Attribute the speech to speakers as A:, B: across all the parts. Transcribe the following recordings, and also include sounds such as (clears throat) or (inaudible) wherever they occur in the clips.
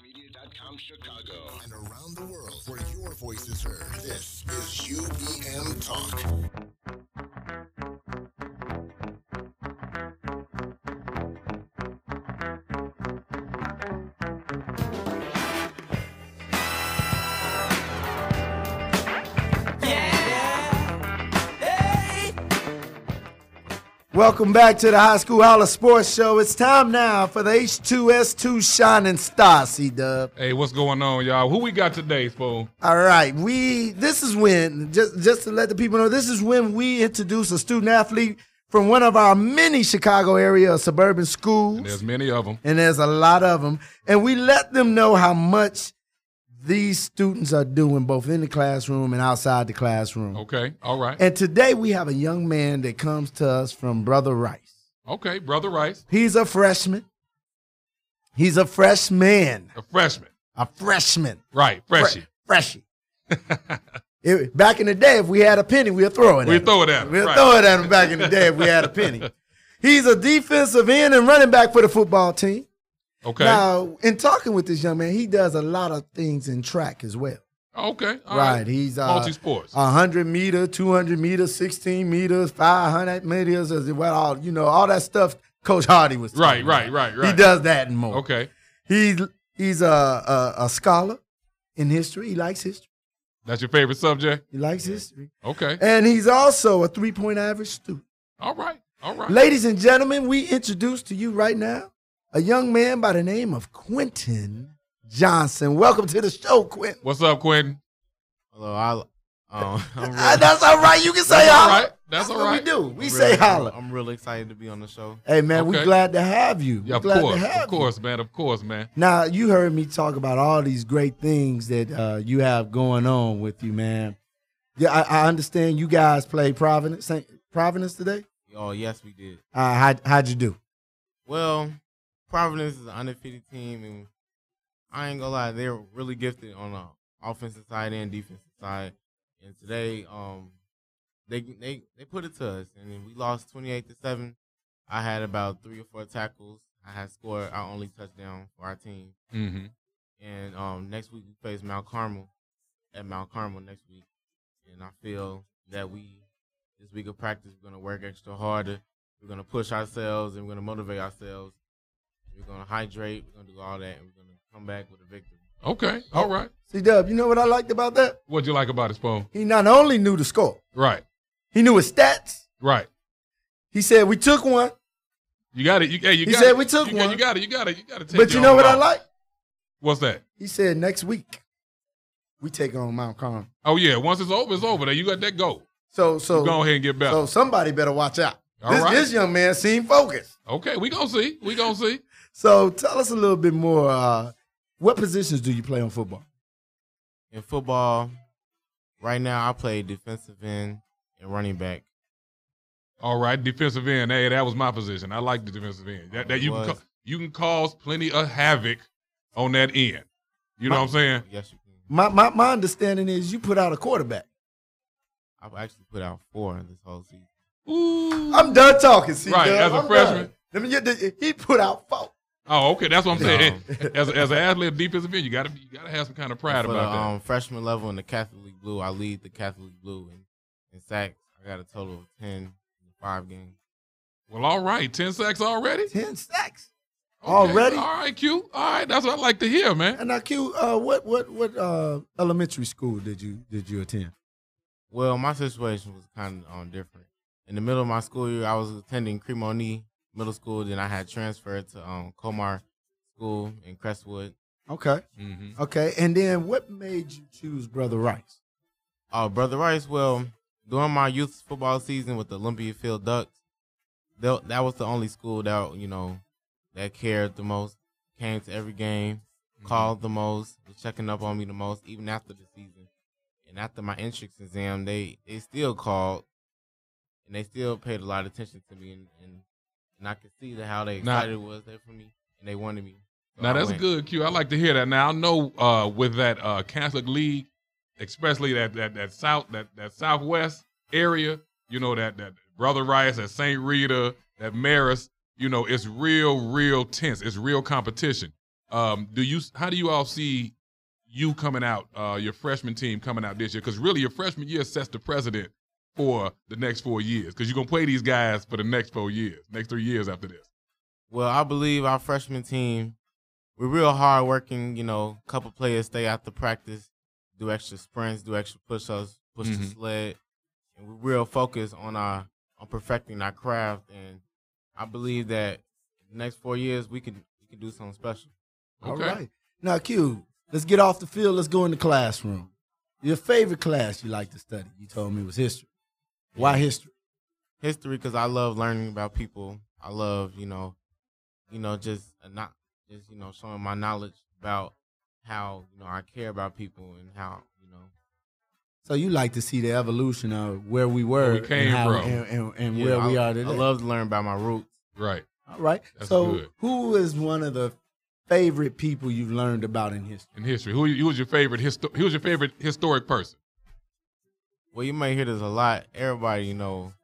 A: UBM.com Chicago.
B: and around the world where your voice is heard. This is UBM Talk.
C: Welcome back to the High School Holler Sports Show. It's time now for the H2S2 Shining Star, C Dub.
D: Hey, what's going on, y'all? Who we got today, fool?
C: All right, we this is when just just to let the people know this is when we introduce a student athlete from one of our many Chicago area or suburban schools, and
D: There's
C: there's,
D: many of them.
C: a lot of them, and we let them know how much these students are doing both in the classroom and outside the classroom.
D: Okay, all right.
C: And today we have a young man that comes to us from Brother Rice.
D: Okay, brother Rice,
C: He's a freshman. He's a freshman.
D: a freshman,
C: A freshman.
D: right? Freshie.
C: Fre- Freshie. (laughs) It- back in the day, if we had a penny, we'd throw it
D: We
C: at
D: throw it
C: him.
D: at.
C: We'd
D: right.
C: throw it at him back in the day if we had a penny. He's a defensive end and running back for the football team.
D: Okay.
C: Now, in talking with this young man, he does a lot of things in track as well.
D: okay. all
C: right. He's uh,
D: Multi sports.
C: 100 meter, 200 meters, 16 meters, 500 meters, as well, all, you know, all that stuff Coach Hardy was talking
D: right.
C: about.
D: Right. Right. Right.
C: He does that and more.
D: Okay,
C: He's he's a, a a scholar in history. He likes history.
D: that's your favorite subject.
C: He likes history.
D: Okay.
C: And he's also a three point average student.
D: All right. All right.
C: Ladies and gentlemen, we introduce to you right now a young man by the name of Quentin Johnson. Welcome to the show, Quentin.
D: What's up, Quentin?
E: Hello, I, um, (laughs) I'm real,
C: Ah, that's all right. You can say
D: That's all
C: holla.
D: right. That's all
C: what
D: right.
C: we do. We
E: I'm
C: say
E: real-
C: holla.
E: I'm real excited to be on the show.
C: Hey man, we
D: Okay.
C: glad to have you. we
D: Yeah, of
C: glad
D: course.
C: to have
D: Of course, man. Of course, man.
C: You. Now you heard me talk about all these great things that uh, you have going on with you, man. Yeah, I, I understand you guys played Providence, Saint, Providence today.
E: Oh yes, we did.
C: Uh, how, how'd you do?
E: Well, Providence is an undefeated team, and I ain't gonna lie, they're really gifted on the offensive side and defensive side. And today, um, they they they put it to us, and then we lost twenty eight to seven. I had about three or four tackles. I had scored our only touchdown for our team.
D: Mm-hmm.
E: And um, next week we face Mount Carmel at Mount Carmel next week. And I feel that we this week of practice we're gonna work extra harder. We're gonna push ourselves and we're gonna motivate ourselves. We're gonna hydrate, we're gonna do all that and we're gonna come back with a victory.
D: Okay. All right.
C: See, Dub, you know what I liked about that?
D: What'd you like about his poem?
C: He not only knew the score,
D: Right.
C: he knew his stats.
D: Right.
C: He said we took one,
D: You got it. You, hey, you
C: He
D: got
C: said
D: it.
C: we took
D: you got-
C: one.
D: you got it. You got it. You got to take.
C: but you
D: your
C: know
D: own
C: what I
D: loss.
C: like?
D: What's that?
C: He said next week we take on Mount Carmel.
D: Oh yeah. Once it's over, it's over. There, you got that go.
C: So, so
D: Go ahead and get better.
C: So somebody better watch out.
D: All
C: this,
D: right.
C: this young man seemed focused.
D: Okay, we gonna see. We gonna see.
C: So tell us a little bit more. Uh, what positions do you play on football?
E: In football, right now I play defensive end and running back.
D: All right, defensive end. Hey, that was my position. I like the defensive end. That, that you can
E: It
D: ca-
E: was.
D: you can cause plenty of havoc on that end. You know what I'm saying?
E: Yes you can.
C: My, my my understanding is you put out a quarterback.
E: I've actually put out four this whole season.
D: Ooh.
C: I'm done talking. See,
D: Right,
C: Dub,
D: as a
C: I'm
D: freshman.
C: done. I mean, you- the- he put out four.
D: Oh, okay. That's what I'm saying. (laughs) As as an athlete, defensive end, you gotta you gotta have some kind of pride
E: for
D: about
E: the
D: that.
E: um, freshman level in the Catholic League Blue. I lead the Catholic League Blue in, in sacks. I got a total of ten in five games.
D: well, all right. Ten sacks already. Okay.
C: Ten sacks. Already?
D: All right, Q. All right, that's what I like to hear, man.
C: And now, Q, uh, what what what uh, elementary school did you did you attend?
E: Well, my situation was kind of um, different. In the middle of my school year, I was attending Cremoni Middle School. Then I had transferred to um, Comar School in Crestwood.
C: Okay,
D: Mm-hmm.
C: okay. And then, what made you choose Brother Rice?
E: Uh, Brother Rice, well, during my youth football season with the Olympia Field Ducks, that, that was the only school that, you know, that cared the most, came to every game.
D: Mm-hmm.
E: called the most, was checking up on me the most, even after the season. And after my entrance exam, they they still called, and they still paid a lot of attention to me, and and, and I could see that how they
D: Now-
E: excited it was there for me, and they wanted me. So
D: Now
E: I
D: that's
E: went.
D: good, Q. I like to hear that. Now I know uh, with that uh, Catholic League, especially that that that south that that southwest area, you know that that Brother Rice, that Saint Rita, that Marist, you know, it's real, real tense. It's real competition. Um, do you how do you all see you coming out, uh, your freshman team coming out this year? Because really, your freshman year sets the precedent for the next four years. Because you're gonna play these guys for the next four years, next three years after this.
E: Well, I believe our freshman team, we're real hard working. You know, couple players stay after practice, do extra sprints, do extra push ups, push the
D: Mhm.
E: sled, and we're real focused on our on perfecting our craft. And I believe that the next four years we can we can do something special.
C: All
D: Okay.
C: right. Now, Q, let's get off the field. Let's go in the classroom. Your favorite class you like to study, you told me, was history. Why history?
E: history because I love learning about people. I love you know, you know, just a not just you know showing my knowledge about how you know I care about people and how you know
C: So you like to see the evolution of where we were
D: we came
C: and, how-
D: from.
C: and, and, and
E: yeah,
C: where
E: I,
C: we are today.
E: I love to learn about my roots.
D: Right.
C: All right.
D: That's
C: so
D: good.
C: who is one of the favorite people you've learned about in history?
D: In history, who, who was your favorite? Histo- who was your favorite historic person?
E: Well, you may hear this a lot. Everybody you know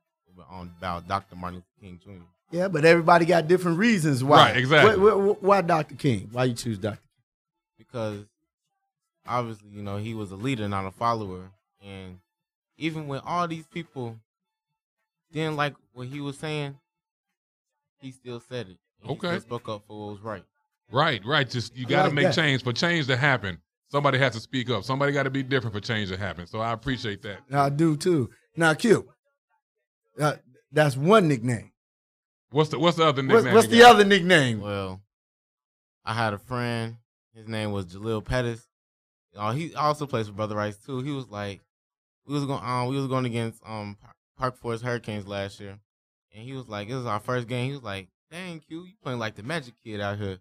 E: on about Dr. Martin Luther King Jr.
C: Yeah, but everybody got different reasons why.
D: Right, exactly.
C: Why, why, why Dr. King? Why you choose Dr. King?
E: because obviously you know he was a leader, not a follower, and even when all these people didn't like what he was saying, he still said it. And he
D: Okay.
E: still spoke up for what was right.
D: Right, right. Just you
C: I
D: got to
C: like
D: make
C: that.
D: change for change to happen. Somebody has to speak up. Somebody got to be different for change to happen. So I appreciate that.
C: I do too. Now, Q, uh, that's one nickname.
D: What's the What's the other
C: What's,
D: nickname?
C: what's
D: you
C: the
D: got?
C: other nickname?
E: Well, I had a friend. His name was Jalil Pettis. Oh, he also plays for Brother Rice too. He was like, we was going, um, we was going against um Par- Park Forest Hurricanes last year, and he was like, this is our first game. He was like, dang, Q, you playing like the Magic Kid out here.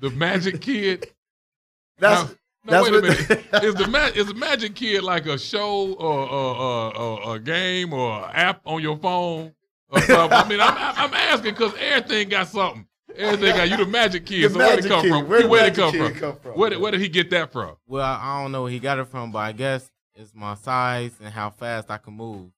D: The
C: (laughs)
D: Magic Kid.
C: That's
D: No, no,
C: that's
D: wait a
C: (laughs) what-
D: minute. is the ma- is the Magic Kid like a show or, or, or, or a game or a app on your phone?
C: (laughs)
D: Or something? I mean, I'm, I'm- I'm asking because everything got something. Everything got you the Magic
C: The
D: Kid. so where did it
C: Magic
D: come
C: Kid.
D: from?
C: Where did
D: where did it
C: Magic
D: come
C: Kid
D: from?
C: come from?
D: Where did, where did he get that from?
E: Well, I don't know where he got it from, but I guess it's my size and how fast I can move.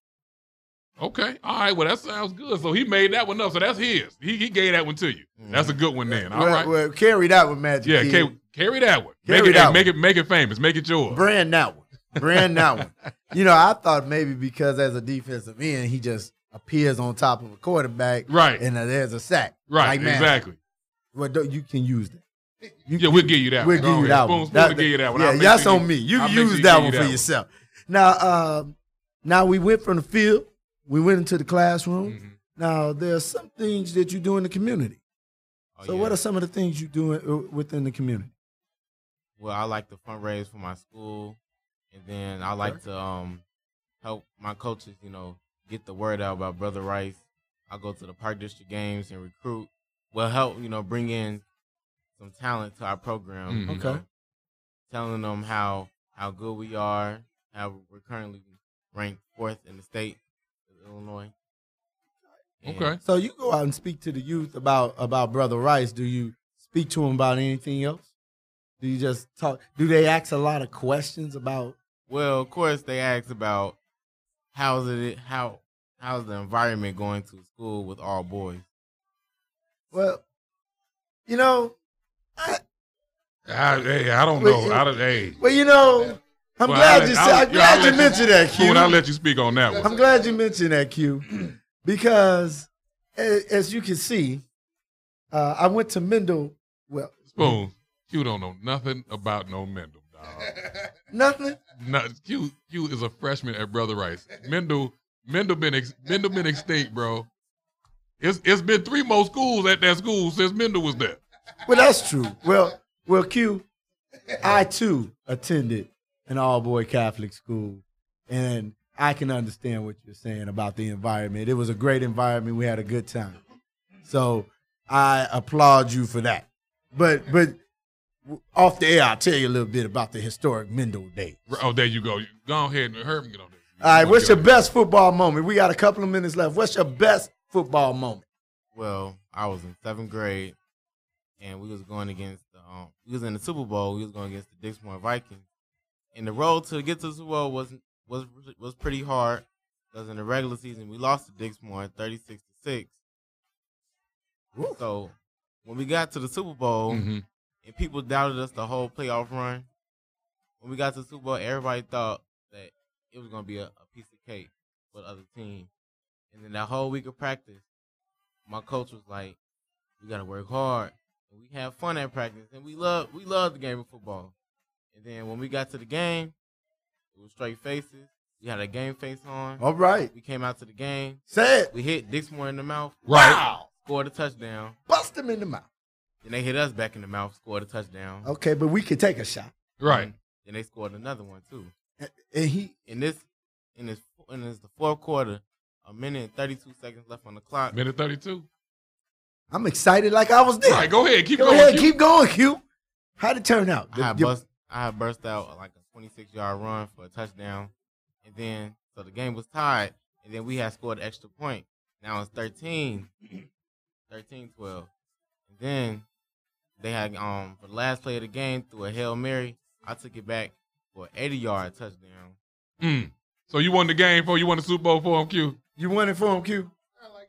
D: Okay. All right. Well, that sounds good. So he made that one up. So that's his. He, he gave that one to you. That's a good one then. (laughs) All
C: Mm-hmm. well,
D: right.
C: well, carry that with Magic
D: yeah.
C: Kid.
D: ca- carry that one.
C: Carry
D: make it,
C: that one.
D: make it make it famous. Make it yours.
C: Brand that one. Brand that
D: (laughs)
C: one. You know, I thought maybe because as a defensive end, he just appears on top of a quarterback,
D: Right.
C: And uh, there's a sack,
D: right.
C: Like, man,
D: exactly.
C: Well, don't- you can use that. You
D: Yeah, we'll give you that
C: We'll give
D: one. Go
C: you
D: ahead.
C: that
D: Spoon-
C: one.
D: Spoon
C: That-
D: will give you that one. I'll
C: Yeah,
D: make
C: that's
D: sure you-
C: on me. You
D: I'll
C: can
D: make sure
C: use
D: you
C: that
D: give
C: one
D: you
C: for yourself. Now, uh, now we went from the field. We went into the classroom.
D: Mhm.
C: Now there are some things that you do in the community.
E: Oh,
C: so
E: yeah.
C: what are some of the things you do in, uh, within the community?
E: well, I like to fundraise for my school, and then I like to um help my coaches, you know, get the word out about Brother Rice. I go to the Park District games and recruit. Well, help you know bring in some talent to our
D: Mhm.
E: program. you
C: Okay.
E: know, telling them how how good we are, how we're currently ranked fourth in the state of Illinois. And
D: Okay.
C: So you go out and speak to the youth about about Brother Rice. Do you speak to them about anything else? Do you just talk? Do they ask a lot of questions about?
E: Well, of course they asked about how's it how how's the environment going to school with all boys.
C: Well, you know,
D: I, hey, I don't
C: Well,
D: know. I don't, hey.
C: well, you know, I'm
D: Well,
C: glad
D: I'll
C: you
D: let-
C: said.
D: I'll-
C: I'm
D: yeah,
C: glad
D: I'll
C: you
D: let you-
C: mentioned that, Q.
D: Spoon, I'll let you speak on that one.
C: I'm glad you mentioned that, Q, because a- as you can see, uh, I went to Mendel. Well,
D: Spoon, you don't know nothing about no Mendel, dog.
C: nothing.
D: No, Q, Q is a freshman at Brother Rice. Mendel, Mendel been, ex, Mendel been extinct, bro. It's it's been three more schools at that school since Mendel was there.
C: Well, that's true. Well, well, Q, I too attended an all-boy Catholic school, and I can understand what you're saying about the environment. It was a great environment. We had a good time. So I applaud you for that. But but off the air, I'll tell you a little bit about the historic Mendel Day.
D: Oh, there you go. Go ahead and hurt me. Get on there.
C: All right, what's your best football moment? We got a couple of minutes left. What's your best football moment?
E: Well, I was in seventh grade, and we was going against the um, we was in the Super Bowl. We was going against the Dixmoor Vikings, and the road to get to the Super Bowl was was was pretty hard. Because in the regular season, we lost to Dixmoor thirty six to six.
C: Woo.
E: So when we got to the Super Bowl
D: hmm
E: and people doubted us the whole playoff run, when we got to the Super Bowl, everybody thought that it was gonna be a, a piece of cake for the other team. And then that whole week of practice, my coach was like, "We gotta work hard. And we have fun at practice, and we love we love the game of football." And then when we got to the game, it was straight faces. We had a game face on.
C: All right.
E: We came out to the game.
C: Say it.
E: We hit Dixmore in the mouth,
D: Right.
C: Wow.
E: scored a touchdown.
C: Bust him in the mouth.
E: Then they hit us back in the mouth, scored a touchdown.
C: Okay, but we can take a shot.
D: Right.
E: Then they scored another one too.
C: And he
E: In this, in this, in this the fourth quarter, a minute and thirty-two seconds left on the clock.
D: Minute 32.
C: I'm excited like I was there.
D: All right, go ahead. Keep
C: Go
D: going.
C: ahead,
D: Q.
C: keep going, Q. How'd it turn out?
E: I had
C: Your-
E: bust, I had burst out like a twenty-six yard run for a touchdown, and then so the game was tied, and then we had scored an extra point. Now it's (clears throat) 13, 13 12. And then they had um for the last play of the game through a hail mary. I took it back for an eighty-yard touchdown.
D: Mm. So you won the game for you won the Super Bowl for him, Q.
C: You won it for him, Q.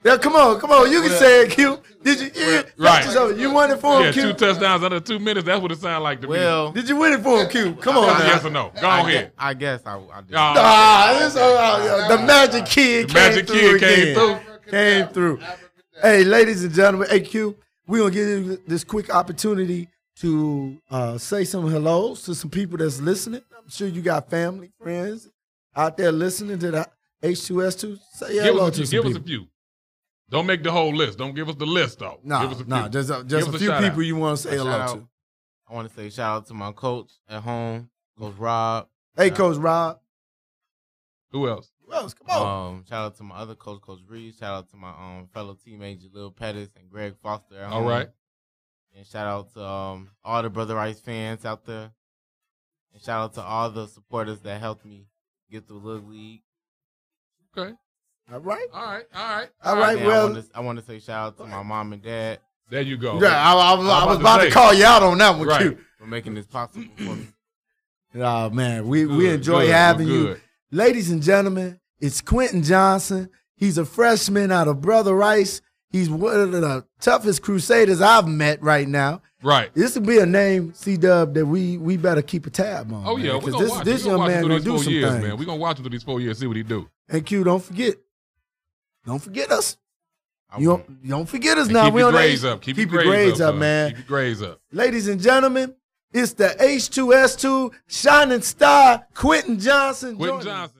C: Yeah, come on, come on. You can say it, Q. Did you? Yeah,
D: Right.
C: So you won it for him,
D: Yeah, two
C: Q.
D: touchdowns under two minutes. That's what it sounded like to me.
E: Well,
C: Did you win it for him, Q? Come on,
D: yes
C: now.
D: or no? Go
E: I
D: on
E: gue-
D: ahead.
E: I guess I, I did.
D: Nah.
C: Ah, this, oh, oh, yeah, the magic kid
D: The
C: came
D: Magic
C: through
D: Kid came
C: again.
D: through.
C: Came through. Hey, ladies and gentlemen, hey Q, we're gonna give you this quick opportunity to uh, say some hellos to some people that's listening. I'm sure you got family, friends out there listening to the H2S2. Say
D: Give,
C: hello to
D: us, a few,
C: some
D: give us a
C: people.
D: few. Don't make the whole list. Don't give us the list though.
C: No,
D: give us a
C: no,
D: few.
C: just a,
D: Give
C: just
D: us
C: a
D: a
C: few
D: shout-out.
C: people you want to say
E: A
C: hello
E: shout-out.
C: to.
E: I want to say shout out to my coach at home, Coach Rob.
C: Hey, Coach Rob.
D: Who else?
C: Who else? Come on.
E: Um, shout out to my other coach, Coach Reed. Shout out to my um fellow teammate Jalil Pettis and Greg Foster. At
D: All
E: home.
D: right.
E: And shout out to um all the Brother Rice fans out there. And shout out to all the supporters that helped me get through Little League.
D: Okay. Uh,
C: All right.
D: All right. All right.
C: All right.
E: And I
C: well,
E: want to I want to say shout out to my mom and dad
D: There you go.
C: yeah, I, I was,
D: I
C: I was
D: was oh, about to
C: about to
D: say.
C: call you out on that one,
D: Right.
C: Q.
E: for making this possible for me.
C: Oh man, we, we
D: Good,
C: enjoy
D: good,
C: having
D: good.
C: you. Ladies and gentlemen, it's Quentin Johnson. He's a freshman out of Brother Rice. He's one of the toughest crusaders I've met right now.
D: Right.
C: This would be a name, C Dub, that we we better keep a tab on.
D: Oh yeah,
C: man,
D: we're
C: 'cause
D: gonna
C: this
D: watch.
C: this
D: we gonna
C: young
D: watch
C: man
D: him through
C: gonna
D: these
C: do
D: four
C: some
D: years,
C: things.
D: man. We're gonna watch him through these four years, see what he do.
C: And Q, don't forget, don't forget us.
E: I
C: You
E: won't.
C: don't, you don't forget us
D: And
C: now.
D: keep
C: we
D: your
C: on the
D: grades
C: H-
D: up. Keep,
C: your grades up,
D: son.
C: man.
D: Keep your grades up.
C: Ladies and gentlemen, it's the H2S2 shining star Quentin Johnson.
D: Quentin
C: joining us.
D: Johnson.